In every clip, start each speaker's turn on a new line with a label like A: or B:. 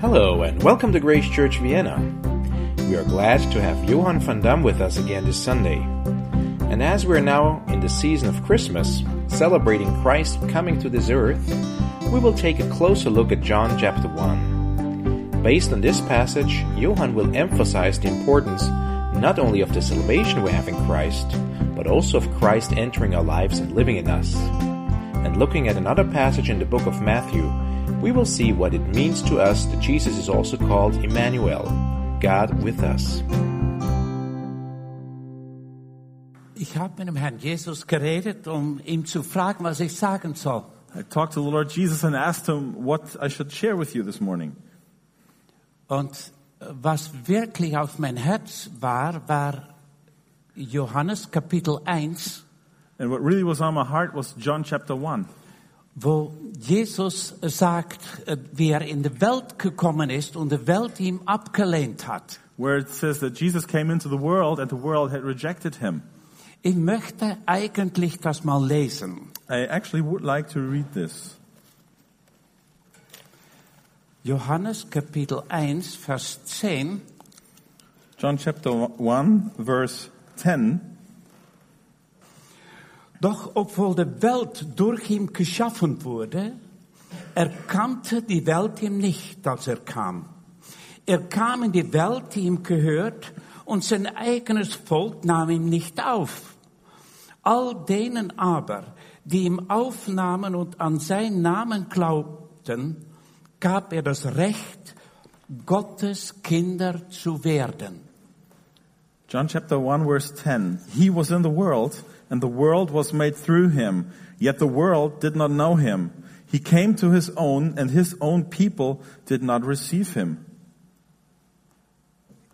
A: Hello, and welcome to Grace Church Vienna. We are glad to have Johann van Dam with us again this Sunday. And as we're now in the season of Christmas, celebrating Christ coming to this earth, we will take a closer look at John chapter 1. Based on this passage, Johann will emphasize the importance not only of the salvation we have in Christ, but also of Christ entering our lives and living in us. And looking at another passage in the book of Matthew, we will see what it means to us that Jesus is also called Emmanuel, God with us.
B: Ich habe mit dem Herrn Jesus geredet, um ihm zu fragen, was ich sagen soll.
C: I talked to the Lord Jesus and asked him what I should share with you this morning.
B: Und äh, was wirklich auf mein Herz war, war Johannes Kapitel 1,
C: And what really was on my heart was John chapter 1,
B: wo Jesus sagt, äh, wie er in die Welt gekommen ist und die Welt ihm abgelehnt hat.
C: where it says that Jesus came into the world and the world had rejected him.
B: Ich möchte eigentlich das mal lesen.
C: I actually would like to read this.
B: Johannes Kapitel 1, Vers 10.
C: John chapter 1, verse 10.
B: Doch obwohl die Welt durch ihn geschaffen wurde, erkannte die Welt ihn nicht, als er kam. Er kam in die Welt, die ihm gehört, und sein eigenes Volk nahm ihn nicht auf. All denen aber, die ihm aufnahmen und an seinen Namen glaubten, gab er das Recht, Gottes Kinder zu werden.
C: John chapter 1, verse 10. He was in the world, and the world was made through him, yet the world did not know him. He came to his own, and his own people did not receive him.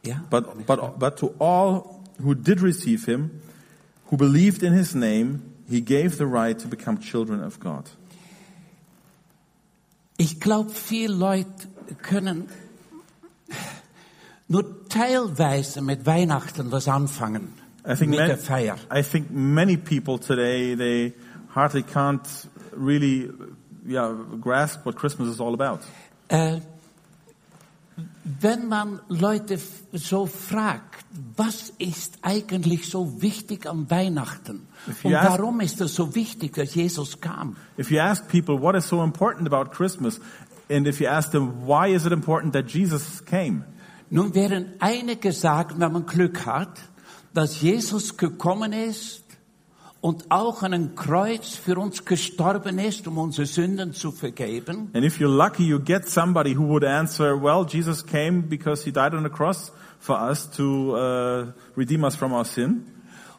B: Ja?
C: But, but, but to all who did receive him, who believed in his name, he gave the right to become children of God.
B: Ich glaube, viele Leute können nur teilweise mit Weihnachten was anfangen.
C: I think,
B: mit
C: man-
B: der Feier.
C: I think many people today, they hardly can't really yeah, grasp what Christmas is all about.
B: Äh, wenn man Leute f- so fragt, was ist eigentlich so wichtig an Weihnachten?
C: If you
B: Und
C: ask-
B: warum ist es so wichtig, dass Jesus kam?
C: If you ask people what is so important about Christmas, and if you ask them why is it important that Jesus came,
B: Nun werden einige sagen, wenn man Glück hat, dass Jesus gekommen ist und auch an einem Kreuz für uns gestorben ist, um unsere Sünden zu vergeben.
C: and if you're lucky, you get somebody who would answer, well, Jesus came because he died on the cross for us to uh, redeem us from our sin.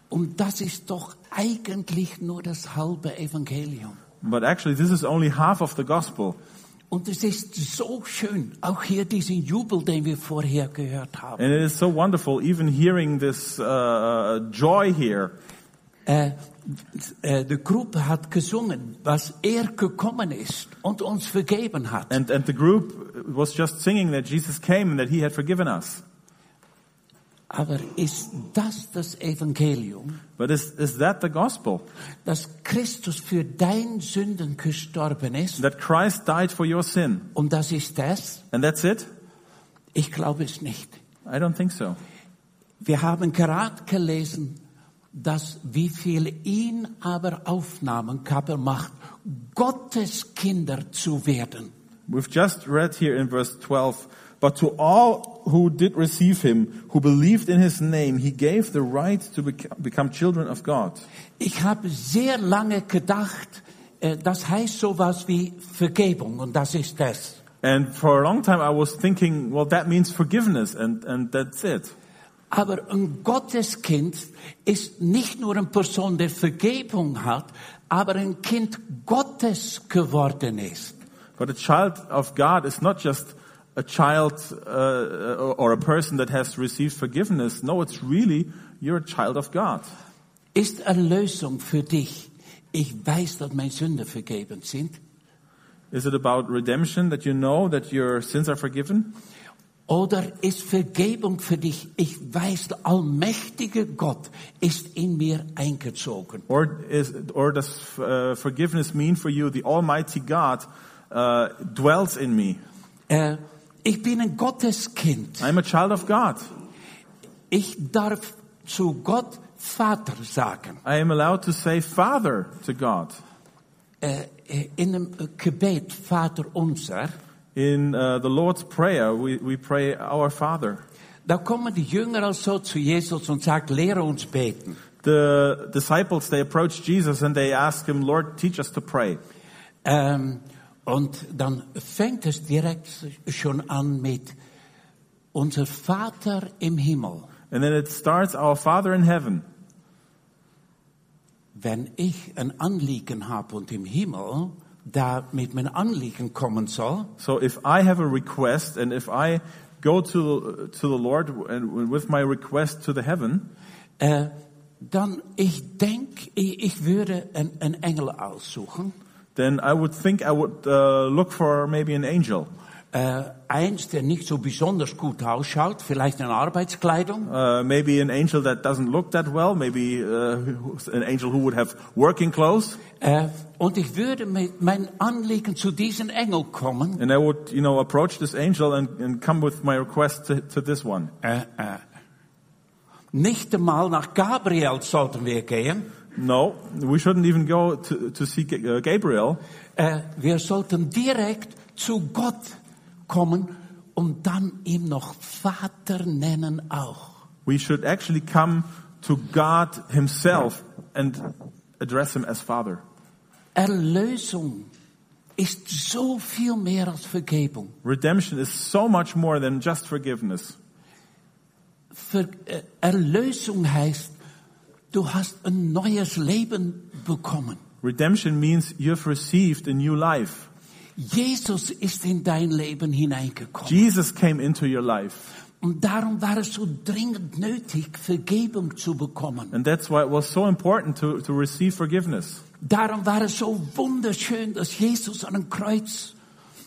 B: Und das ist doch eigentlich nur das halbe Evangelium.
C: But actually, this is only half of the gospel.
B: Und es ist so schön, auch hier diesen Jubel, den wir vorher gehört haben.
C: And it is so wonderful, even hearing this uh, joy here.
B: Äh, äh, die Gruppe hat gesungen, was er gekommen ist und uns vergeben hat.
C: And, and the group was just singing that Jesus came and that he had forgiven us.
B: Aber ist das das Evangelium?
C: But is, is that the gospel?
B: dass Christus für dein Sünden gestorben ist.
C: That Christ died for your sin?
B: Und das ist das?
C: And that's it?
B: Ich glaube es nicht.
C: I don't think so.
B: Wir haben gerade gelesen, dass wie viel ihn aber aufnahmen, gab er Macht, Gottes Kinder zu werden.
C: We've just read here in verse 12, but to all who did receive him, who believed in his name, he gave the right to bec- become children of God.
B: Ich habe sehr lange gedacht, äh, das heißt sowas wie Vergebung und das ist das.
C: And for a long time I was thinking, well, that means forgiveness and, and that's it.
B: Aber ein Gotteskind ist nicht nur eine Person, der Vergebung hat, aber ein Kind Gottes geworden ist.
C: But a child of God is not just a child uh, or a person that has received forgiveness. No, it's really you're a child of God.
B: Ist Erlösung für dich? Ich weiß, dass meine Sünden vergeben sind.
C: Is it about redemption that you know that your sins are forgiven?
B: Oder ist Vergebung für dich? Ich weiß, der allmächtige Gott ist in mir eingezogen.
C: Or, is, or does uh, forgiveness mean for you the Almighty God uh, dwells in me?
B: Äh, Ich bin ein Gotteskind.
C: I'm a child of God.
B: Ich darf zu Gott Vater sagen.
C: I am allowed to say Father to God.
B: Äh, äh, in einem Gebet, Vater unser,
C: In uh, the Lord's Prayer, we, we pray Our Father.
B: da kommen die Jünger also zu Jesus und sagen, lehre uns beten.
C: The disciples, they approach Jesus and they ask him, Lord, teach us to pray.
B: Ähm, und dann fängt es direkt schon an mit unser Vater im Himmel.
C: And then it starts, Our Father in heaven.
B: Wenn ich ein Anliegen habe und im Himmel da mit meinem Anliegen kommen soll,
C: So if I have a request and if I go to, to the Lord and with my request to the heaven,
B: äh, dann ich denk, ich, ich würde einen, einen Engel aussuchen.
C: then I would think I would uh, look for maybe an angel,
B: Äh, eins, der nicht so besonders gut ausschaut, vielleicht in Arbeitskleidung.
C: uh, maybe an angel that doesn't look that well, maybe uh, an angel who would have working clothes,
B: Äh, und ich würde mit meinem Anliegen zu diesem Engel kommen.
C: and I would you know approach this angel and, and come with my request to, to this one.
B: Nicht einmal nach Gabriel sollten wir gehen.
C: No, we shouldn't even go to, to see Ga- uh, Gabriel.
B: Äh, wir sollten direkt zu Gott kommen und dann ihm noch Vater nennen auch.
C: We should actually come to God Himself and address Him as Father.
B: Erlösung ist so viel mehr als Vergebung.
C: Redemption is so much more than just forgiveness.
B: Ver äh, Erlösung heißt, du hast ein neues Leben bekommen.
C: Redemption means you've received a new life.
B: Jesus ist in dein Leben hineingekommen.
C: Jesus came into your life.
B: Und darum war es so dringend nötig, Vergebung zu bekommen.
C: And that's why it was so important to, to receive forgiveness.
B: Darum war es so wunderschön, dass Jesus an einem Kreuz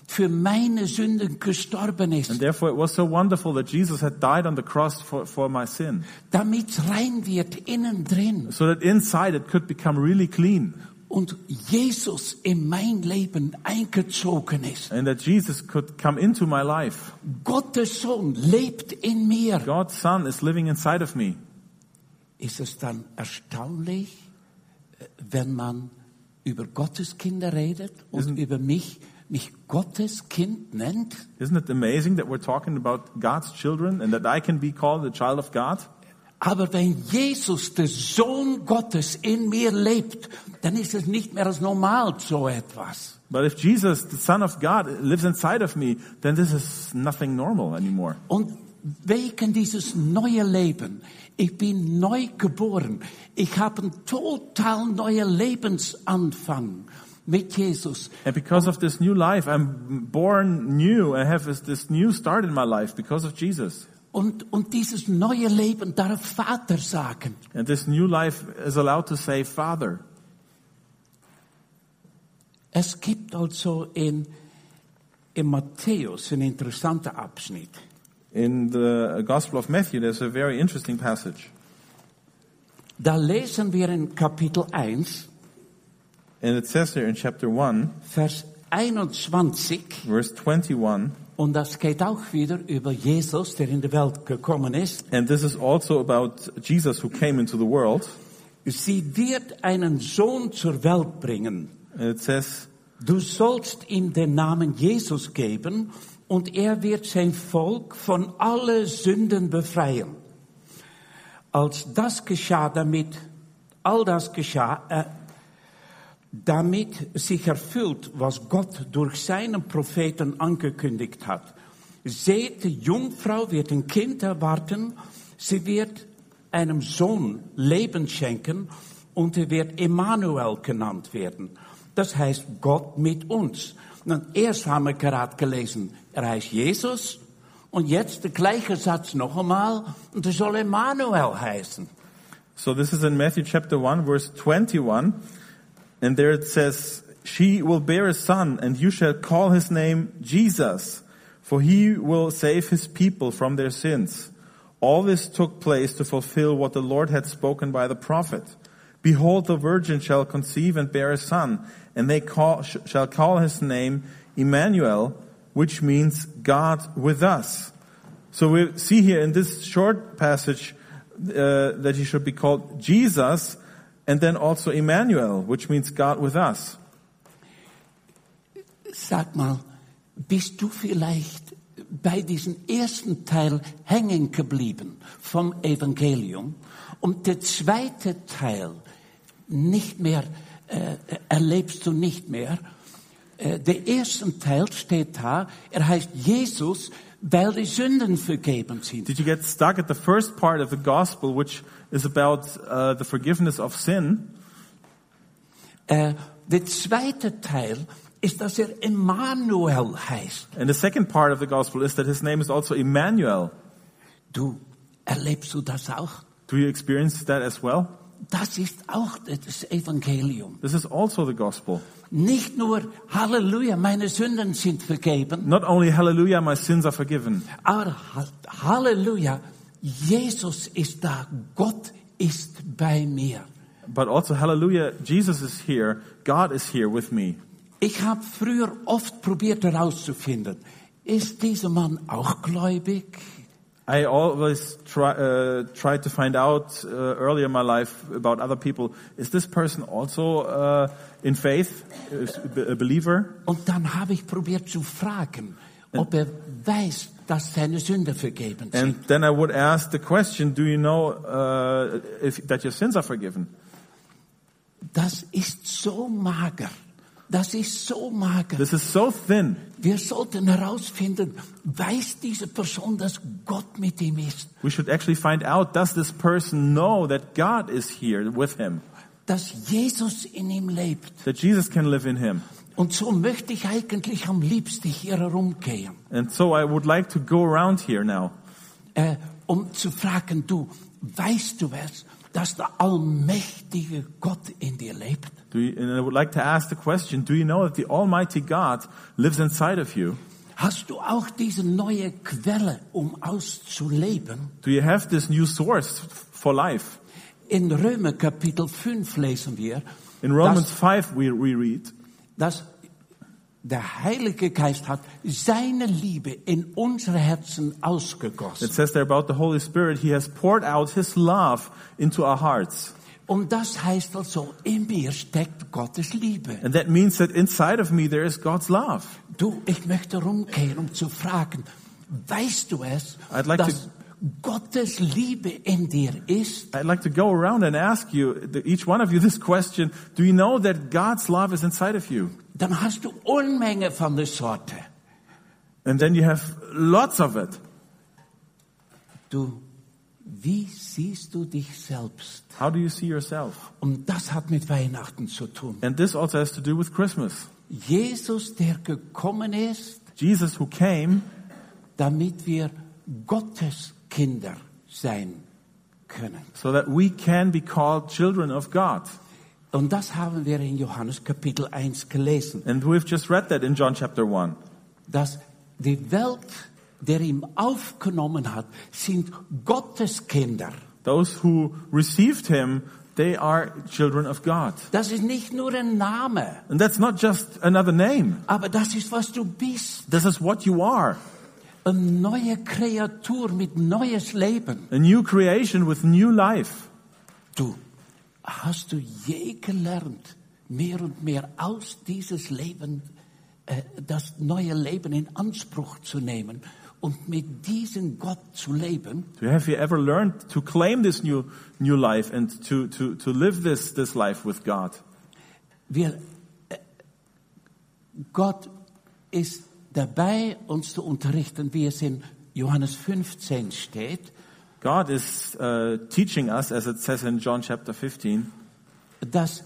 B: für meine Sünden gestorben
C: And
B: ist,
C: therefore it was so wonderful that Jesus had died on the cross for, for my sin.
B: damit es rein wird innen drin
C: So that inside it could become really clean.
B: und Jesus in mein Leben eingezogen ist.
C: And that Jesus could come into my life.
B: Gottes Sohn lebt in mir.
C: God's Son is living inside of me.
B: Ist es dann erstaunlich, äh, wenn man über Gottes Kinder redet und über mich, mich Gottes Kind nennt?
C: Isn't it amazing that we're talking about God's children and that I can be called a child of God?
B: Aber wenn Jesus, der Sohn Gottes, in mir lebt, dann ist es nicht mehr als normal so etwas.
C: But if Jesus, the Son of God, lives inside of me, then this is nothing normal anymore.
B: Und wegen dieses neue Leben, ich bin neu geboren, ich habe einen total neuen Lebensanfang mit Jesus.
C: And because of this new life, I'm born new. I have this, this new start in my life because of Jesus.
B: Und, und dieses neue Leben darf Vater sagen.
C: And this new life is allowed to say Father.
B: Es gibt also in, in Matthäus einen interessanten Abschnitt.
C: In the Gospel of Matthew, there's a very interesting passage.
B: Da lesen wir in Kapitel 1,
C: And it says here in chapter 1,
B: Vers 21.
C: verse 21,
B: Und das geht auch wieder über Jesus, der in die Welt gekommen ist.
C: and this is also about Jesus who came into the world.
B: Sie wird einen Sohn zur Welt bringen.
C: And it says,
B: Du sollst ihm den Namen Jesus geben und er wird sein Volk von alle Sünden befreien. Als das geschah, damit, all das geschah, äh, damit sich erfüllt, was Gott durch seinen Propheten angekündigt hat. Seht, die Jungfrau wird ein Kind erwarten, sie wird einem Sohn Leben schenken und er wird Emmanuel genannt werden. Das heißt Gott mit uns. Und erst haben wir gerade gelesen, er heißt Jesus und jetzt der gleiche Satz noch einmal und er soll Emmanuel heißen.
C: So this is in Matthew chapter 1 verse 21 and there it says she will bear a son and you shall call his name Jesus for he will save his people from their sins. All this took place to fulfill what the Lord had spoken by the prophet. Behold the virgin shall conceive and bear a son and they call, sh- shall call his name Emmanuel which means God with us. So we see here in this short passage uh, that he should be called Jesus and then also Emmanuel, which means God with us.
B: Sag mal, bist du vielleicht bei diesem ersten Teil hängen geblieben vom Evangelium und der zweite Teil nicht mehr, äh, erlebst du nicht mehr? Äh, der erste Teil steht da, er heißt Jesus, weil die Sünden vergeben sind.
C: Did you get stuck at the first part of the gospel, which is about uh, the forgiveness of sin?
B: Äh, der zweite Teil ist, dass er Emmanuel heißt.
C: And the second part of the gospel is that his name is also Emmanuel.
B: Du, erlebst du das auch?
C: Do you experience that as well?
B: Das ist auch das Evangelium.
C: This is also the gospel.
B: Nicht nur Halleluja, meine Sünden sind vergeben,
C: Not only hallelujah, my sins are forgiven,
B: aber Ha- Halleluja, Jesus ist da, Gott ist bei mir.
C: but also hallelujah, Jesus is here, God is here with me.
B: Ich habe früher oft probiert herauszufinden, ist dieser Mann auch gläubig?
C: I always try, uh, tried to find out uh, earlier in my life about other people. Is this person also uh, in faith, is a believer?
B: Und dann habe ich probiert zu fragen, ob er weiß, dass seine Sünden vergeben sind.
C: And then I would ask the question, do you know uh, if, that your sins are forgiven?
B: Das ist so mager. Das ist so mager.
C: This is so thin.
B: Wir sollten herausfinden, weiß diese Person, dass Gott mit ihm ist?
C: We should actually find out, does this person know that God is here with him?
B: Dass Jesus in ihm lebt.
C: That Jesus can live in him?
B: Und so möchte ich eigentlich am liebsten hier herumgehen,
C: And so I would like to go around here now
B: äh, um zu fragen, du, weißt du es, dass der allmächtige Gott in dir lebt?
C: Do you, and I would like to ask the question, do you know that the Almighty God lives inside of you?
B: Hast du auch diese neue Quelle, um auszuleben?
C: Do you have this new source for life?
B: In Römer Kapitel 5 lesen wir,
C: In
B: dass
C: Romans 5 we, we read
B: dass der Heilige Geist hat seine Liebe in unsere Herzen
C: it
B: ausgegossen.
C: says there about the Holy Spirit, He has poured out His love into our hearts.
B: Und das heißt also, in mir steckt Gottes Liebe.
C: And that means that inside of me there is God's love.
B: Du, ich möchte rumkehren, um zu fragen, weißt du es,
C: I'd like
B: dass Gottes Liebe in dir ist?
C: I'd like to go around and ask you, the- each one of you, this question. Do you know that God's love is inside of you?
B: Dann hast du Unmenge von der Sorte.
C: And then you have lots of it.
B: Du, wie siehst du dich selbst?
C: How do you see yourself?
B: Und das hat mit Weihnachten zu tun.
C: And this also has to do with Christmas.
B: Jesus, der gekommen ist,
C: Jesus who came
B: damit wir Gottes Kinder sein können.
C: so that we can be called children of God.
B: Und das haben wir in Johannes Kapitel 1 gelesen,
C: And we've just read that in John chapter 1.
B: dass die Welt, der ihn aufgenommen hat, sind Gottes Kinder.
C: Those who received him, they are children of God.
B: Das ist nicht nur ein Name,
C: And that's not just another name.
B: aber das ist, was du bist.
C: This is what you are.
B: Eine neue Kreatur mit neues Leben.
C: A new creation with new life.
B: Du, hast du je gelernt, mehr und mehr aus dieses Leben, äh, das neue Leben in Anspruch zu nehmen und mit diesem Gott zu leben?
C: So Have you ever learned to claim this new, new life and to, to, to live this, this life with God?
B: Wir, äh, Gott ist dabei, uns zu unterrichten, wie es in Johannes 15 steht,
C: God is uh, teaching us, as it says in John chapter 15,
B: dass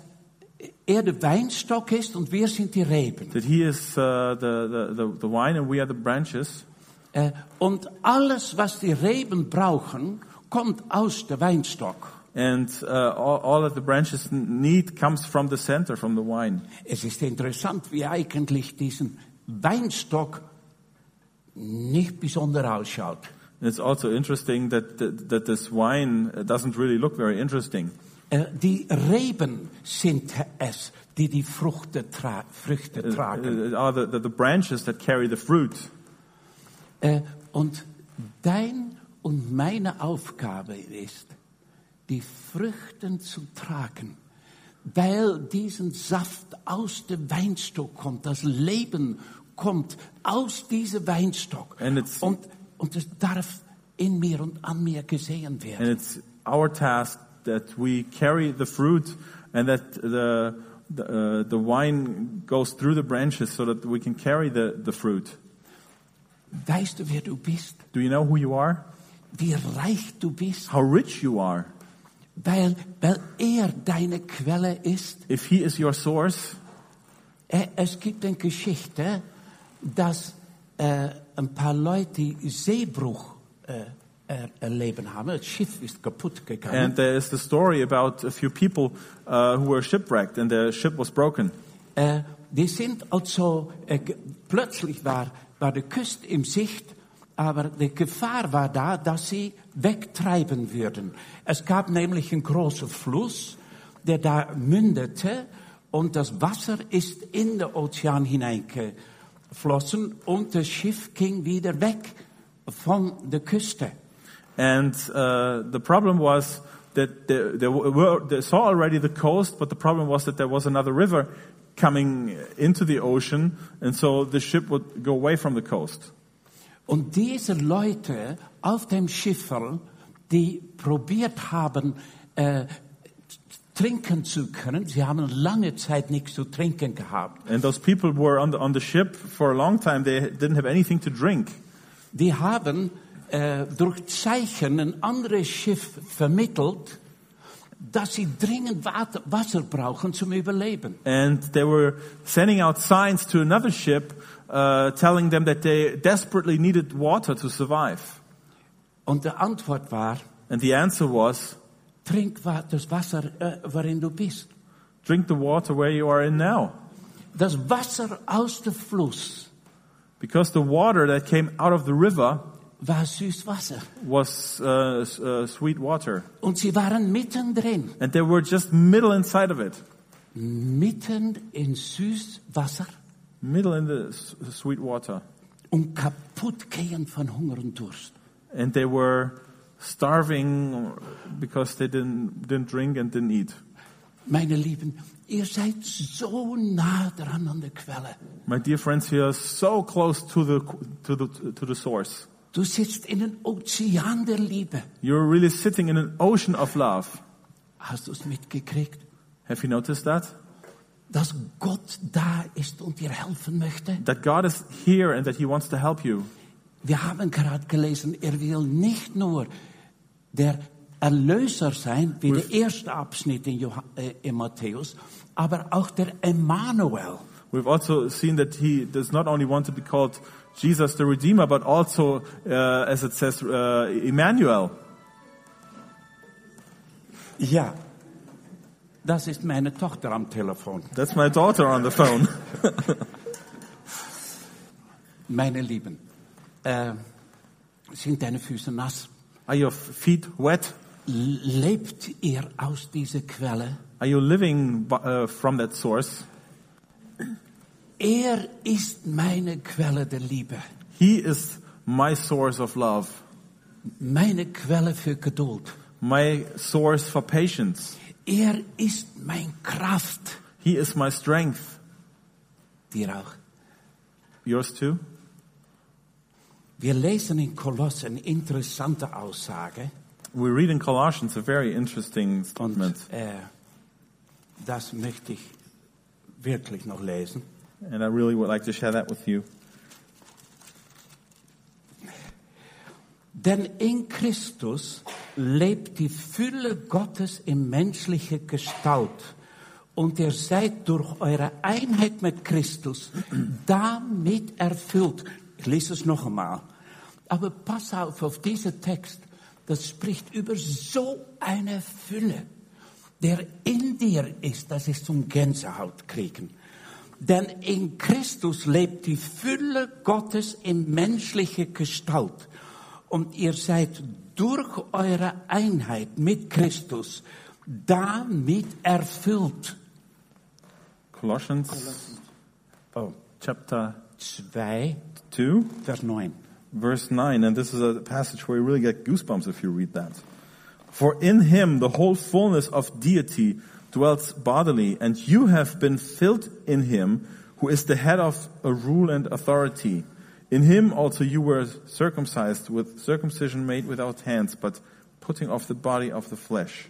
B: er der Weinstock ist und wir sind die Reben.
C: that he is uh, the, the, the, the vine and we are the branches.
B: Äh, Und alles, was die Reben brauchen, kommt aus der Weinstock.
C: And uh, all, all that the branches n- need comes from the center, from the wine.
B: Es ist interessant, wie eigentlich diesen Weinstock nicht besonders ausschaut.
C: And it's also interesting that, that, that this wine doesn't really look very interesting.
B: Äh, die Reben sind es, die die Fruchte tra Früchte tragen.
C: Uh, are the, the, the branches that carry the fruit.
B: Äh, und dein und meine Aufgabe ist, die Früchten zu tragen, weil diesen Saft aus dem Weinstock kommt, das Leben kommt aus diesem Weinstock.
C: And it's-
B: Und, und es darf in mir und an mir gesehen werden.
C: And it's our task that we carry the fruit and that the, the, uh, the wine goes through the branches so that we can carry the, the fruit.
B: Weißt du, wer du bist?
C: Do you know who you are?
B: Wie reich du bist?
C: How rich you are.
B: Weil, weil er deine Quelle ist.
C: If He is your source,
B: Äh, Es gibt eine Geschichte, dass äh, ein paar Leute Seebruch äh, er- erleben haben. Das Schiff ist kaputt gegangen.
C: and there is the story about a few people uh, who were shipwrecked and their ship was broken.
B: Äh, die sind also, äh, ge- plötzlich war, war die Küste im Sicht, aber die Gefahr war da, dass sie wegtreiben würden. Es gab nämlich einen großen Fluss, der da mündete und das Wasser ist in den Ozean hineingeflossen und das Schiff ging wieder weg von der Küste.
C: And uh, the problem was that there, there were, they saw already the coast, but the problem was that there was another river coming into the ocean, and so the ship would go away from the coast.
B: Und diese Leute auf dem Schifferl, die probiert haben, äh, trinken zu können, sie haben lange Zeit nichts zu trinken gehabt.
C: And those people were on the, on the ship for a long time. They didn't have anything to drink.
B: Die haben äh, durch Zeichen ein anderes Schiff vermittelt, dass sie dringend Wat- Wasser brauchen zum Überleben.
C: And they were sending out signs to another ship uh, telling them that they desperately needed water to survive.
B: Und die Antwort war,
C: And the answer was
B: trink wa- das Wasser, äh, worin du bist.
C: drink the water where you are in now.
B: Das Wasser aus dem Fluss
C: Because the water that came out of the river
B: war Süßwasser.
C: was uh, s- uh, sweet water.
B: Und sie waren mittendrin.
C: And they were just middle inside of it,
B: mitten in Süßwasser
C: middle in the s- sweet water.
B: und kaputt gehen von Hunger und Durst.
C: And they were starving because they didn't, didn't drink and didn't eat.
B: Meine Lieben, ihr seid so nah dran an der Quelle.
C: My dear friends, we are so close to the, to the, to the source.
B: Du sitzt in einem Ozean der Liebe.
C: You're really sitting in an ocean of love.
B: Hast du es mitgekriegt?
C: Have you noticed that?
B: Dass Gott da ist und dir helfen möchte?
C: That God is here and that He wants to help you.
B: Wir haben gerade gelesen, er will nicht nur der Erlöser sein, wie der erste Abschnitt in, Johann äh, in Matthäus, aber auch der Emmanuel.
C: We've also seen that He does not only want to be called Jesus the Redeemer, but also, uh, as it says, uh, Emmanuel.
B: Ja. Das ist meine Tochter am Telefon.
C: That's my daughter on the phone.
B: Meine Lieben, äh, sind deine Füße nass?
C: Are your feet wet?
B: L- Lebt ihr aus dieser Quelle?
C: Are you living bu- uh, from that source?
B: Er ist meine Quelle der Liebe,
C: He is my source of love,
B: meine Quelle für Geduld.
C: my source for patience.
B: Er ist mein Kraft.
C: He is my strength.
B: Dir auch.
C: Yours too?
B: Wir lesen in Koloss eine interessante Aussage.
C: We read in Colossians a very interesting
B: Und
C: statement,
B: äh, das möchte ich wirklich noch lesen.
C: and I really would like to share that with you.
B: Denn in Christus lebt die Fülle Gottes in menschlicher Gestalt. Und ihr seid durch eure Einheit mit Christus damit erfüllt. Ich lese es noch einmal. Aber pass auf, auf diesen Text. Das spricht über so eine Fülle, der in dir ist, dass ich zum Gänsehaut kriegen. Denn in Christus lebt die Fülle Gottes in menschlicher Gestalt. Und ihr seid durch eure Einheit mit Christus damit erfüllt.
C: Colossians oh, chapter
B: 2,
C: 2,
B: Vers 9.
C: verse 9. And this is a passage where you really get goosebumps if you read that. For in him the whole fullness of deity dwells bodily, and you have been filled in him who is the head of a rule and authority. In him also you were circumcised with circumcision made without hands, but putting off the body of the flesh.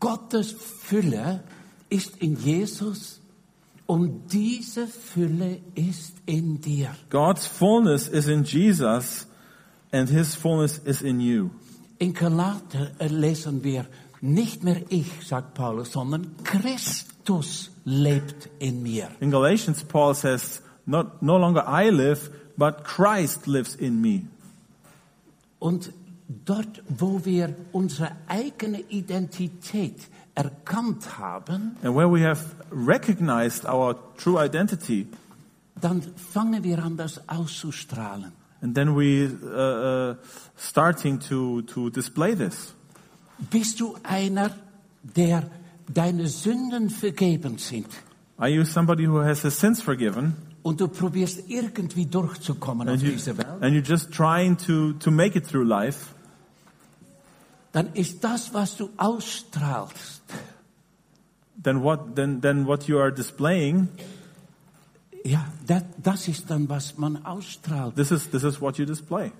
B: Gottes Fülle ist in Jesus und diese Fülle ist in dir.
C: God's fullness is in Jesus, and his fullness is in you.
B: In Galater äh, lesen wir, nicht mehr ich, sagt Paulus, sondern Christus lebt in mir.
C: In Galatians, Paul says, Not, No longer I live, but Christ lives in me.
B: Und dort, wo wir unsere eigene Identität erkannt haben,
C: And where we have recognized our true identity,
B: dann fangen wir an, das auszustrahlen.
C: and then we uh, uh, starting to, to display this.
B: Bist du einer, der deine Sünden vergeben sind
C: Are you somebody who has his sins forgiven,
B: und du probierst irgendwie durchzukommen auf
C: and, you,
B: diese Welt?
C: and you're just trying to, to make it through life?
B: Dann ist das, was du ausstrahlst,
C: Then what? Then, then what you are displaying?
B: ja, das, das ist dann, was man ausstrahlt.
C: This is this is what you display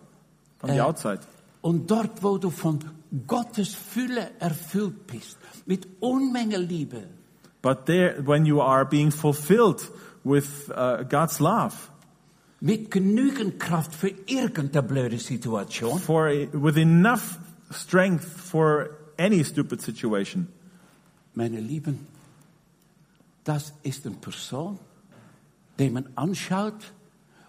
C: on the
B: Uh,
C: outside.
B: Und dort, wo du von Gottes Fülle erfüllt bist, mit Unmenge Liebe,
C: But there, when you are being fulfilled with uh, God's love
B: mit genügend Kraft für irgendeine blöde Situation,
C: for with enough strength for any stupid situation,
B: meine Lieben, das ist eine Person, die man anschaut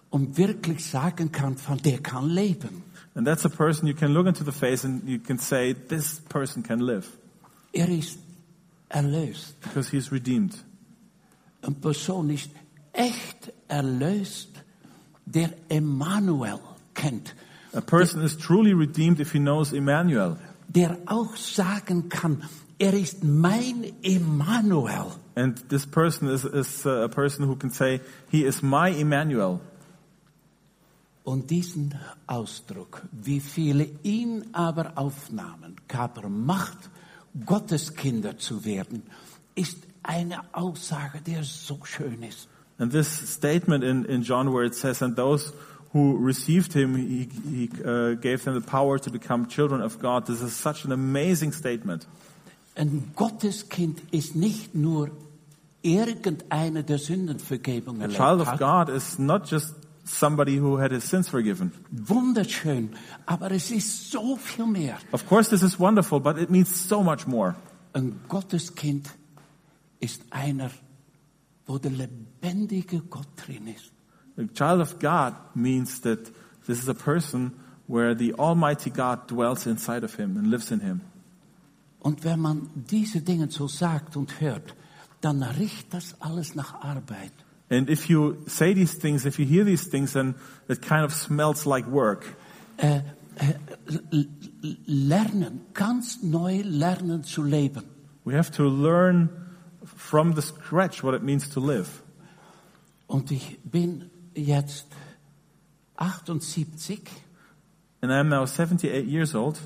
B: und wirklich sagen kann, von der kann leben.
C: and that's a person you can look into the face and you can say, "This person can live
B: Er ist erlöst.
C: because he's redeemed."
B: Eine Person ist echt erlöst, der Emmanuel kennt.
C: A person is truly redeemed if he knows Emmanuel,
B: der auch sagen kann, er ist mein Emmanuel.
C: and this person is, is uh, a person who can say, "He is my Emmanuel."
B: Und diesen Ausdruck, wie viele ihn aber aufnahmen, gab er Macht, Gottes Kinder zu werden, ist eine Aussage, der so schön ist.
C: And this statement in, in John where it says, and those who received him, he, he uh, gave them the power to become children of God. This is such an amazing statement.
B: Ein Gotteskind ist nicht nur irgendeine der Sündenvergebung
C: A
B: erlebt
C: child of
B: hat.
C: God is not just somebody who had his sins forgiven.
B: Wunderschön, aber es ist so viel mehr.
C: Of course, this is wonderful, but it means so much more.
B: Ein Gotteskind ist einer, wo der lebendige Gott drin ist.
C: A child of God means that this is a person where the Almighty God dwells inside of him and lives in him.
B: Und wenn man diese Dinge so sagt und hört, dann riecht das alles nach Arbeit.
C: And if you say these things, if you hear these things, then it kind of smells like work.
B: Äh, äh, l- l- lernen, ganz neu lernen zu leben.
C: We have to learn from the scratch what it means to live.
B: Und ich bin jetzt 78
C: And I'm now 78 years old,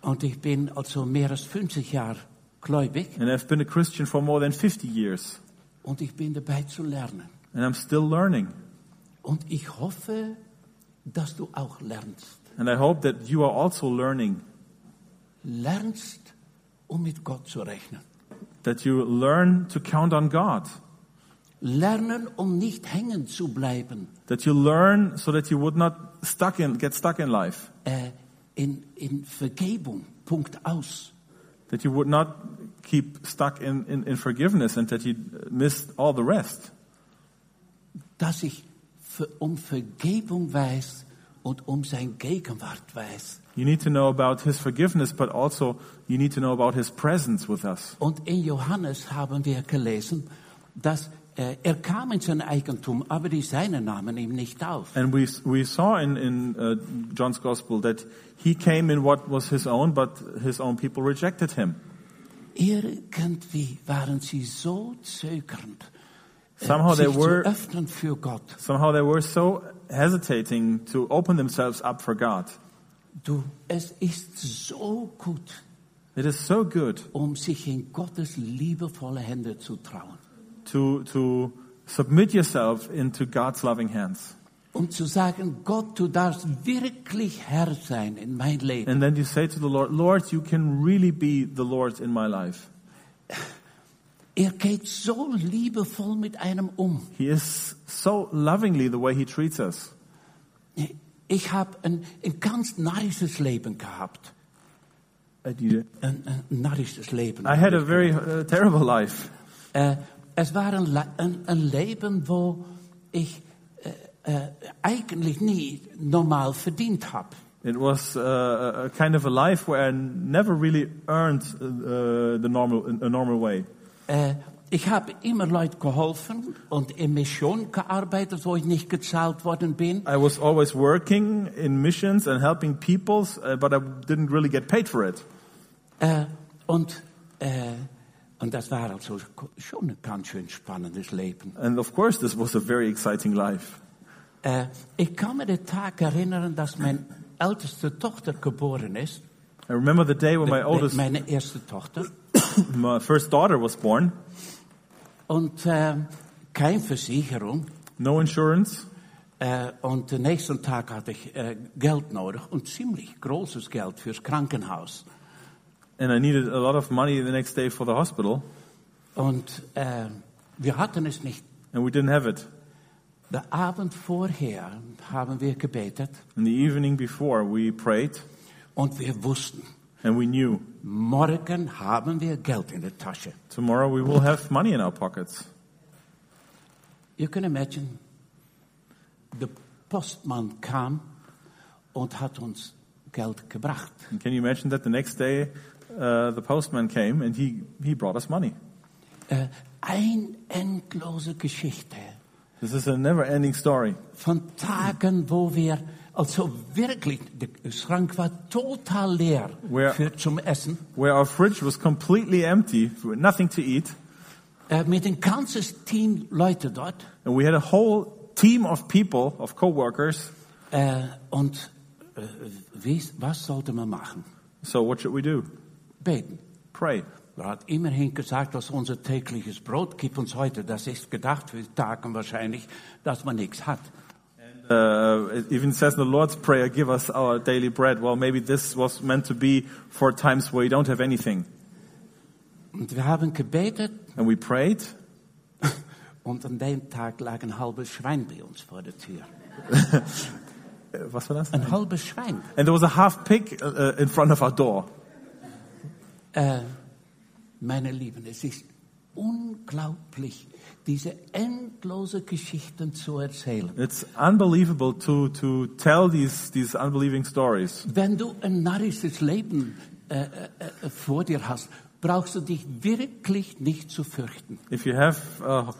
B: und ich bin also mehr als 50 Jahre gläubig
C: and I've been a Christian for more than 50 years,
B: und ich bin dabei zu lernen.
C: and I'm still learning.
B: Und ich hoffe, dass du auch lernst.
C: And I hope that you are also learning,
B: Lernst, um mit Gott zu rechnen.
C: that you learn to count on God,
B: Lernen, um nicht hängen zu bleiben
C: that you learn so that you would not stuck in, get stuck in life,
B: äh, in, in Vergebung, Punkt aus.
C: that you would not keep stuck in, in, in forgiveness, and that you miss all the rest.
B: Dass ich für, um Vergebung weiß und um sein Gegenwart weiß.
C: You need to know about His forgiveness, but also you need to know about His presence with us.
B: Und in Johannes haben wir gelesen, dass Äh, Er kam in sein Eigentum, aber die Seinen nahmen ihm nicht auf.
C: And we, we saw in, in uh, John's Gospel that he came in what was his own, but his own people rejected him.
B: Irgendwie waren sie so zögernd, äh,
C: Somehow
B: sich
C: they were-
B: zu öffnen für Gott.
C: Somehow they were so hesitating to open themselves up for God.
B: Du, es ist so gut,
C: It is so good
B: um sich in Gottes liebevolle Hände zu trauen.
C: to, to submit yourself into God's loving hands.
B: Um zu sagen, Gott, du darfst wirklich Herr sein in mein Leben.
C: And then you say to the Lord, Lord, you can really be the Lord in my life.
B: Er geht so liebevoll mit einem um.
C: He is so lovingly the way he treats us.
B: Ich habe ein, ein ganz narrisches Leben gehabt. Ein, ein narrisches Leben.
C: I had a very uh, terrible life.
B: Äh, es war ein, Le- ein, ein Leben, wo ich äh, äh, eigentlich nie normal verdient habe.
C: It was uh, a- a kind of a life where I never really earned uh, the normal, a normal way.
B: Äh, ich habe immer Leuten geholfen und in Mission gearbeitet, wo ich nicht gezahlt worden bin.
C: I was always working in missions and helping peoples, uh, but I didn't really get paid for it.
B: Äh, und, äh, und das war also schon ein ganz schön spannendes Leben.
C: And of course, this was a very exciting life.
B: Äh, ich kann mir den Tag erinnern, dass meine älteste Tochter geboren ist. Äh,
C: I remember the day when my oldest,
B: Meine erste Tochter.
C: my first daughter was born.
B: Und äh, keine Versicherung.
C: No insurance.
B: Äh, und den nächsten Tag hatte ich äh, Geld nodig. Und ziemlich großes Geld fürs Krankenhaus.
C: And I needed a lot of money the next day for the hospital.
B: Und äh, wir hatten es nicht.
C: And we didn't have it.
B: Der Abend vorher haben wir gebetet.
C: In the evening before, we prayed
B: Und wir wussten,
C: and we knew
B: morgen haben wir Geld in der Tasche.
C: tomorrow we will have money in our pockets.
B: You can imagine, der Postmann kam und hat uns Geld gebracht.
C: And can you imagine that the next day uh, the postman came and he, he brought us money?
B: Äh, eine endlose Geschichte
C: This is a never ending story
B: von Tagen, wo wir also wirklich, der Schrank war total leer
C: Where-
B: für, zum Essen,
C: where our fridge was completely empty, with nothing to eat,
B: äh, mit ein ganzes Team Leute dort.
C: and we had a whole team of people, of co workers.
B: Äh, und äh, wie, was sollte man machen?
C: So, what should we do?
B: Beten.
C: Pray.
B: Er hat immerhin gesagt, dass unser tägliches Brot gibt uns heute. Das ist gedacht für Tagen wahrscheinlich, dass man nichts hat.
C: Uh, it even says in the Lord's Prayer, give us our daily bread. Well, maybe this was meant to be for times where you don't have anything.
B: Und wir haben gebetet
C: And we prayed,
B: und an dem Tag lag ein halbes Schwein bei uns vor der Tür.
C: Uh, was war das?
B: Ein halbes Schwein.
C: and there was a half pig uh, uh, in front of our door.
B: Meine Lieben, es ist unglaublich, diese endlose Geschichten zu erzählen.
C: It's unbelievable to, to tell these, these unbelieving stories.
B: Wenn du ein narrisches Leben äh, äh, äh, vor dir hast, brauchst du dich wirklich nicht zu fürchten.
C: If you have uh,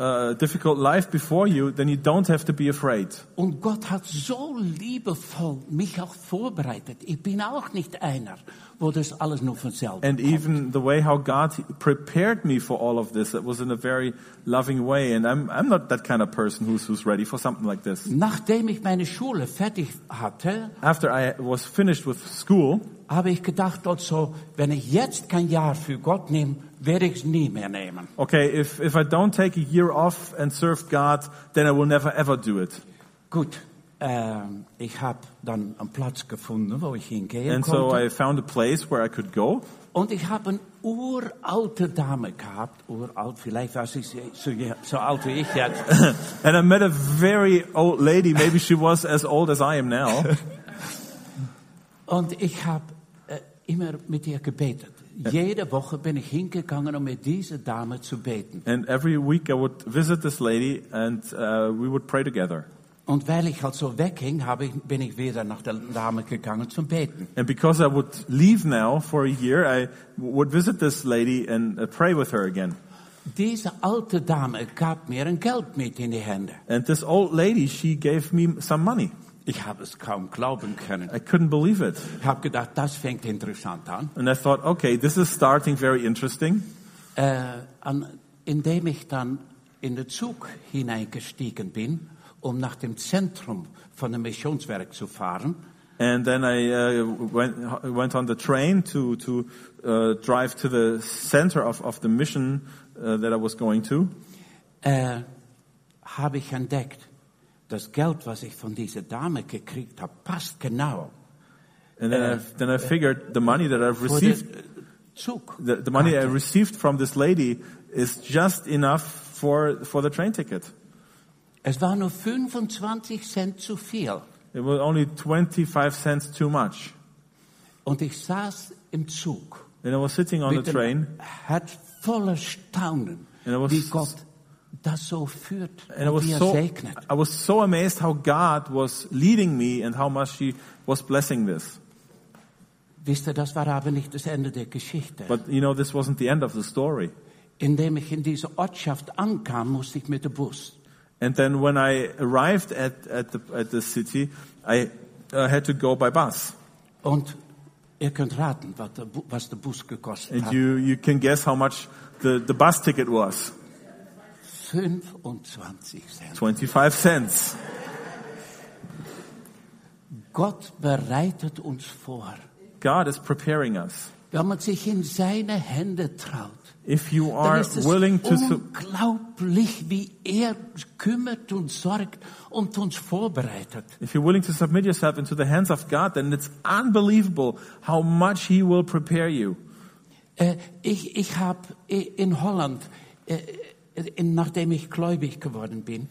C: a difficult life before you, then you don't have to be afraid.
B: Und Gott hat so liebevoll mich auch vorbereitet. Ich bin auch nicht einer, wo das alles nur von selber
C: And even the way how God prepared me for all of this, it was in a very loving way. And I'm, I'm not that kind of person who's, who's ready for something like this.
B: Nachdem ich meine Schule fertig hatte,
C: After I was finished with school,
B: habe ich gedacht, Gott so, wenn ich jetzt kein Jahr für Gott nehme, werde ich es nie mehr nehmen.
C: okay, if, if I don't take a year off and serve God, then I will never ever do it.
B: Gut, ähm, ich habe dann einen Platz gefunden, wo ich hingehen
C: And so
B: konnte.
C: I found a place where I could go.
B: Und ich habe eine uralte Dame gehabt, uralt, vielleicht war sie so, so alt wie ich jetzt.
C: And I met a very old lady. Maybe she was as old as I am now.
B: Und ich habe äh, immer mit ihr gebetet. Jede Woche bin ich hingegangen, um mit dieser Dame zu beten.
C: And every week I would visit this lady and uh, we would pray together.
B: Und weil ich halt so wegging, hab ich, bin ich wieder nach der Dame gegangen zum Beten.
C: And because I would leave now for a year, I would visit this lady and uh, pray with her again.
B: Deze alte dame gab mir ein Geld mit in die Hände.
C: And this old lady, she gave me some money.
B: Ich habe es kaum glauben können.
C: I couldn't believe it.
B: Ich habe gedacht, das fängt interessant an.
C: And I thought, okay, this is starting very interesting.
B: Äh, an indem ich dann in den Zug hineingestiegen bin, um nach dem Zentrum von dem Missionswerk zu fahren,
C: And then I uh, went, went on the train to, to uh, drive to the center of, of the mission uh, that I was going to.
B: äh, habe ich entdeckt, das Geld, was ich von dieser Dame gekriegt habe, passt genau
C: And then, I, then I figured the money that I've
B: für den
C: received,
B: äh, Zug.
C: the, the money I received from this lady is just enough for, for the train ticket.
B: Es war nur 25 Cent zu viel.
C: It was only 25 cents too much.
B: Und ich saß im Zug
C: And I was sitting on
B: mit
C: the train
B: einem Herz voller Staunen,
C: And I was-
B: wie Gott das so führt
C: and I
B: und wie
C: was
B: er
C: so,
B: segnet.
C: I was so amazed how God was leading me and how much He was blessing this.
B: Wisst ihr, das war aber nicht das Ende der Geschichte.
C: But you know, this wasn't the end of the story.
B: Indem ich in diese Ortschaft ankam, musste ich mit dem Bus.
C: And then when I arrived at, at, the, at the city, I uh, had to go by bus.
B: Und ihr könnt raten, was der, Bu- was der Bus gekostet
C: And
B: hat.
C: you, you can guess how much the, the bus ticket was.
B: 25 Cent.
C: 25 cents.
B: Gott bereitet uns vor.
C: God is preparing us.
B: Wenn man sich in seine Hände traut,
C: If you
B: dann
C: are
B: ist es
C: willing to, su-
B: unglaublich, wie er kümmert und sorgt und uns vorbereitet.
C: if you're willing to submit yourself into the hands of God, then it's unbelievable how much He will prepare you.
B: Äh, ich ich habe in Holland, äh, in, nachdem ich gläubig geworden bin,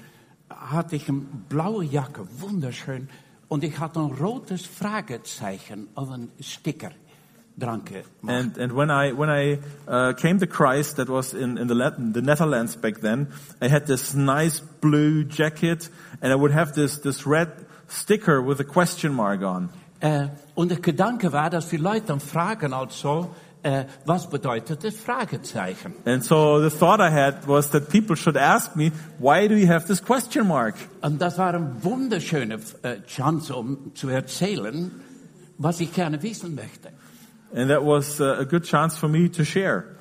B: hatte ich eine blaue Jacke, wunderschön, und ich hatte ein rotes Fragezeichen auf einen Sticker dran gemacht.
C: And and when I when I uh, came to Christ, that was in in the Latin, the Netherlands back then. I had this nice blue jacket, and I would have this this red sticker with a question mark on.
B: Äh, und der Gedanke war, dass die Leute dann fragen, also, äh, was bedeutet das Fragezeichen?
C: And so the thought I had was that people should ask me, "Why do you have this question mark?"
B: Und das war eine wunderschöne äh, Chance, um zu erzählen, was ich gerne wissen möchte.
C: And that was uh, a good chance for me to share.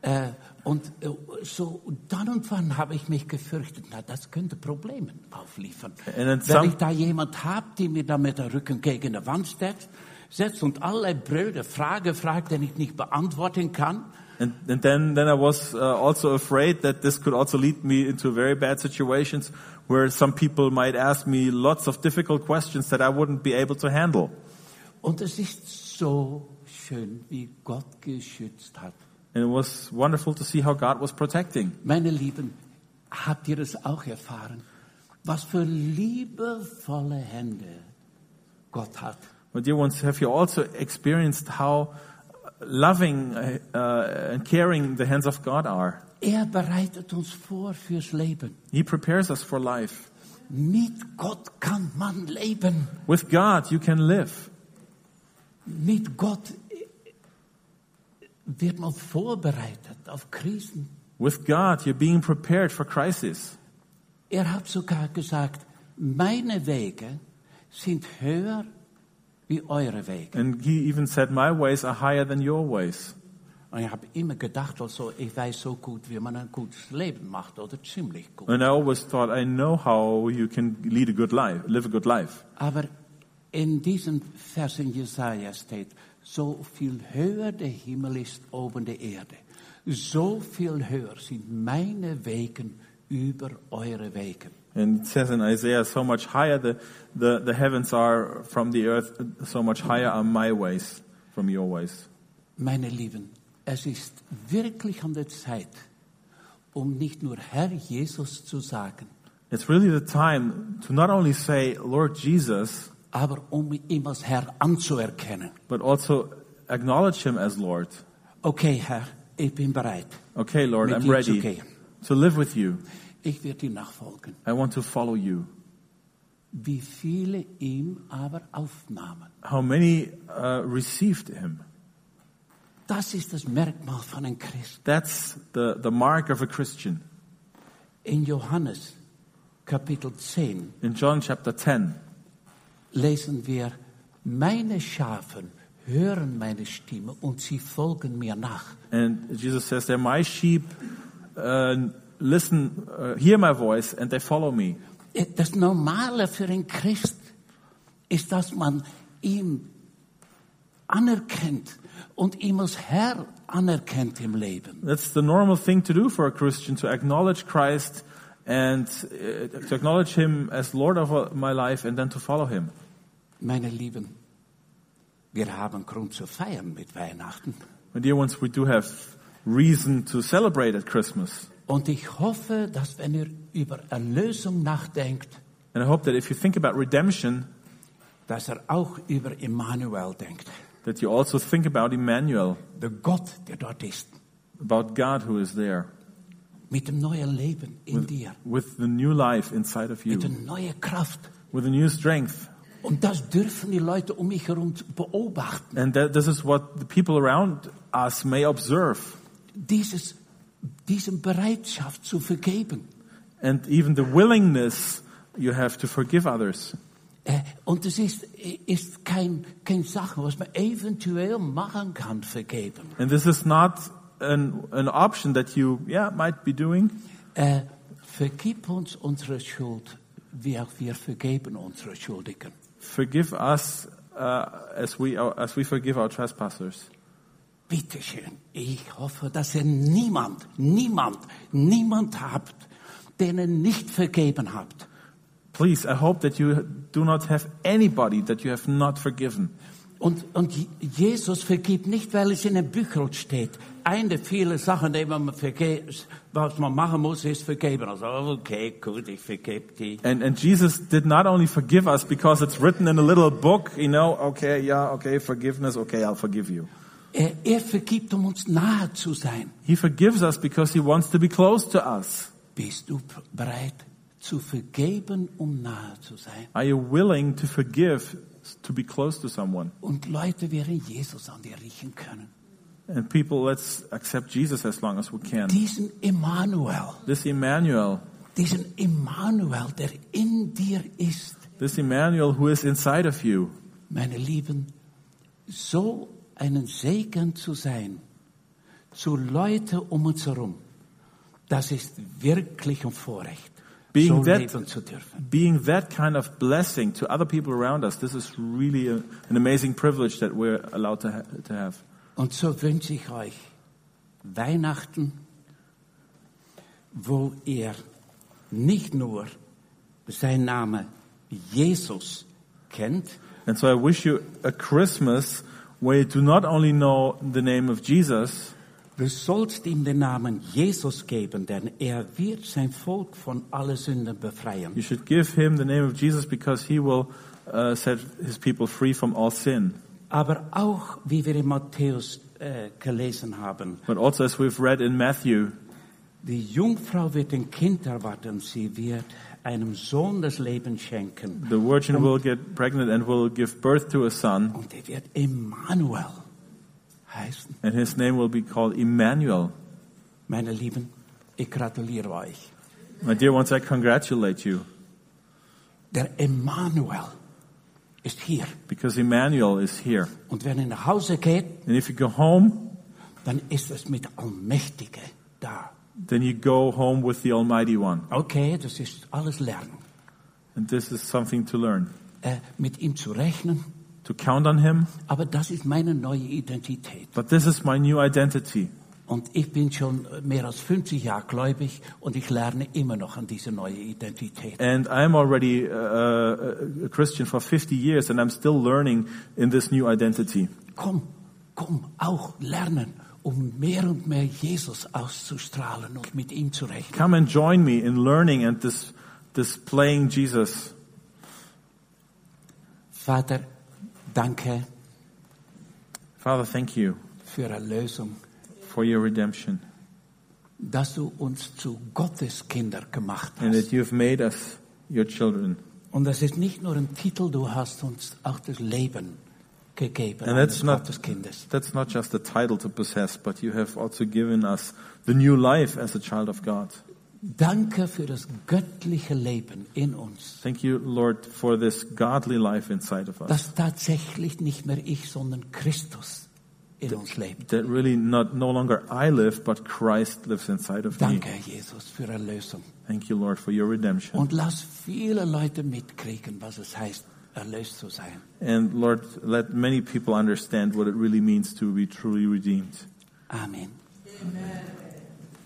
B: Äh, und äh, so dann und wann habe ich mich gefürchtet, na, das könnte Probleme aufliefern.
C: dann
B: Wenn
C: sam-
B: ich da jemand habe, die mir dann mit der Rücken gegen die Wand setzt, setzt und allerlei blöde Fragen fragt, die ich nicht beantworten kann.
C: And, and then, then I was uh, also afraid that this could also lead me into very bad situations where some people might ask me lots of difficult questions that I wouldn't be able to handle.
B: Und es ist so schön, wie Gott geschützt hat.
C: And it was wonderful to see how God was protecting.
B: Meine Lieben, habt ihr das auch erfahren? Was für liebevolle Hände Gott hat.
C: But dear ones, have you also experienced how loving uh, uh, and caring the hands of God are?
B: Er bereitet uns vor fürs Leben.
C: He prepares us for life.
B: Mit Gott kann man leben.
C: With God, you can live.
B: Mit Gott wird man vorbereitet auf Krisen.
C: With God, you're being prepared for crisis.
B: Er hat sogar gesagt, meine Wege sind höher wie eure Wege.
C: And He even said, My ways are higher than your ways.
B: Und ich habe immer gedacht, also ich weiß so gut, wie man ein gutes Leben macht oder ziemlich gut.
C: And I always thought I know how you can lead a good life, live a good life.
B: Aber in diesem Vers in Jesaja steht, so viel höher der Himmel ist oben der Erde. So viel höher sind meine Wegen über eure Wegen.
C: And it says in Isaiah, so much higher the, the, the heavens are from the earth, so much higher are my ways from your ways.
B: Meine Lieben, es ist wirklich an der Zeit, um nicht nur Herr Jesus zu sagen,
C: It's really the time to not only say, Lord Jesus,
B: aber um ihn als Herr anzuerkennen.
C: but also acknowledge him as Lord.
B: Okay, Herr, ich bin bereit.
C: Okay, Lord,
B: Mit
C: I'm
B: dir
C: ready
B: zu gehen.
C: to live with you.
B: Ich werde ihm nachfolgen.
C: I want to follow you.
B: Wie viele ihm aber aufnahmen.
C: How many uh, received him?
B: Das ist das Merkmal von einem Christ.
C: That's the, the mark of a Christian.
B: In Johannes Kapitel 10
C: In John chapter 10,
B: lesen wir, meine Schafen hören meine Stimme und sie folgen mir nach.
C: and Jesus says there, my sheep uh, listen, uh, hear my voice, and they follow me.
B: Das Normale für einen Christ ist, dass man ihn anerkennt und ihn als Herr anerkennt im Leben.
C: That's the normal thing to do for a Christian to acknowledge Christ and uh, to acknowledge Him as Lord of uh, my life and then to follow Him.
B: Meine Lieben, wir haben Grund zu feiern mit Weihnachten.
C: My dear ones, we do have reason to celebrate at Christmas.
B: Und ich hoffe, dass wenn ihr über Erlösung nachdenkt,
C: And I hope that if you think about redemption,
B: dass ihr auch über Emmanuel denkt.
C: that you also think about Emmanuel,
B: Der Gott, der dort ist,
C: about God who is there
B: mit dem neuen Leben in dir,
C: with the new life inside of
B: mit der
C: you,
B: neuen Kraft.
C: with a new strength.
B: Und das dürfen die Leute um mich herum beobachten.
C: And that, this is what the people around us may observe.
B: Dieses, diese Bereitschaft zu vergeben.
C: And even the willingness you have to forgive others.
B: Äh, Und es ist, ist kein, kein Sache, was man eventuell machen kann, vergeben.
C: And this is not an, an option that you yeah, might be doing.
B: Äh, Vergib uns unsere Schuld, wie auch wir vergeben unsere Schuldigen.
C: Forgive us uh, as, we, as we forgive our trespassers.
B: Bitte schön, ich hoffe, dass ihr niemand, niemand, niemand habt, den ihr nicht vergeben habt.
C: Please, I hope that you do not have anybody that you have not forgiven.
B: Und, und Je- Jesus vergibt nicht, weil es in den Büchern steht. Eine viele Sachen, die man verge was man machen muss, ist vergeben. Also, okay, gut, ich vergebe die.
C: And, and Jesus did not only forgive us because it's written in a little book, you know, okay, yeah, okay, forgiveness, okay, I'll forgive you.
B: Er, er vergibt, um uns nahe zu sein.
C: He forgives us because he wants to be close to us.
B: Bist du p- bereit zu vergeben, um nahe zu sein?
C: Are you willing to forgive to be close to someone?
B: Und Leute werden Jesus an dir riechen können.
C: And people, let's accept Jesus as long as we can.
B: Diesen Emmanuel.
C: This Emmanuel,
B: diesen Immanuel, der in dir ist,
C: this Emmanuel who is inside of you,
B: meine Lieben, so einen Segen zu sein, zu Leute um uns herum, das ist wirklich ein Vorrecht,
C: Being
B: so
C: that-
B: leben zu dürfen.
C: being that kind of blessing to other people around us, this is really a, an amazing privilege that we're allowed to, ha- to have.
B: Und so wünsche ich euch Weihnachten, wo ihr nicht nur sein Name Jesus kennt,
C: And so I wish you a Christmas where you do not only know the name of Jesus,
B: Du sollst ihm den Namen Jesus geben, denn er wird sein Volk von allen Sünden
C: you
B: befreien.
C: should give him the name of Jesus because he will uh, set his people free from all sin.
B: Aber auch, wie wir in Matthäus äh, gelesen haben,
C: But also, as we've read in Matthew,
B: die Jungfrau wird ein Kind erwarten, sie wird einem Sohn das Leben schenken
C: the virgin will get pregnant and will give birth to a son,
B: und er wird Emmanuel heißen.
C: and his name will be called Emmanuel.
B: Meine Lieben, ich gratuliere euch.
C: My dear ones, I congratulate you
B: Der Emmanuel ist hier.
C: because Emmanuel is here.
B: Und wenn ihr nach Hause geht,
C: And if you go home,
B: dann ist es mit Allmächtige da.
C: then you go home with the Almighty One.
B: Okay, das ist alles Lernen.
C: And this is something to learn.
B: Äh, mit ihm zu rechnen,
C: To count on Him,
B: aber das ist meine neue Identität.
C: but this is my new identity.
B: Und ich bin schon äh, mehr als 50 Jahre gläubig und ich lerne immer noch an diese neue Identität. Äh,
C: And I'm already uh, a Christian for 50 years, and I'm still learning in this new identity.
B: Komm, komm, auch lernen, um mehr und mehr Jesus auszustrahlen und mit ihm zu rechnen.
C: Come and join me in learning and dis- displaying Jesus.
B: Vater, danke
C: Father, thank you
B: für Erlösung,
C: for your redemption
B: dass du uns zu Gottes Kinder gemacht
C: and
B: hast.
C: that you've made us your children.
B: Und das ist nicht nur ein Titel, du hast uns auch das Leben gegeben
C: And
B: eines
C: that's not-
B: Gotteskindes.
C: That's not just the title to possess, but you have also given us the new life as a child of God.
B: Danke für das göttliche Leben in uns,
C: Thank you, Lord, for this godly life inside of us.
B: dass tatsächlich nicht mehr ich, sondern Christus in uns lebt.
C: That really not no longer I live, but Christ lives inside of me.
B: Danke, Herr Jesus, für Erlösung.
C: Thank you, Lord, for your redemption.
B: Und lass viele Leute mitkriegen, was es heißt, erlöst zu sein.
C: And Lord, let many people understand what it really means to be truly redeemed.
B: Amen.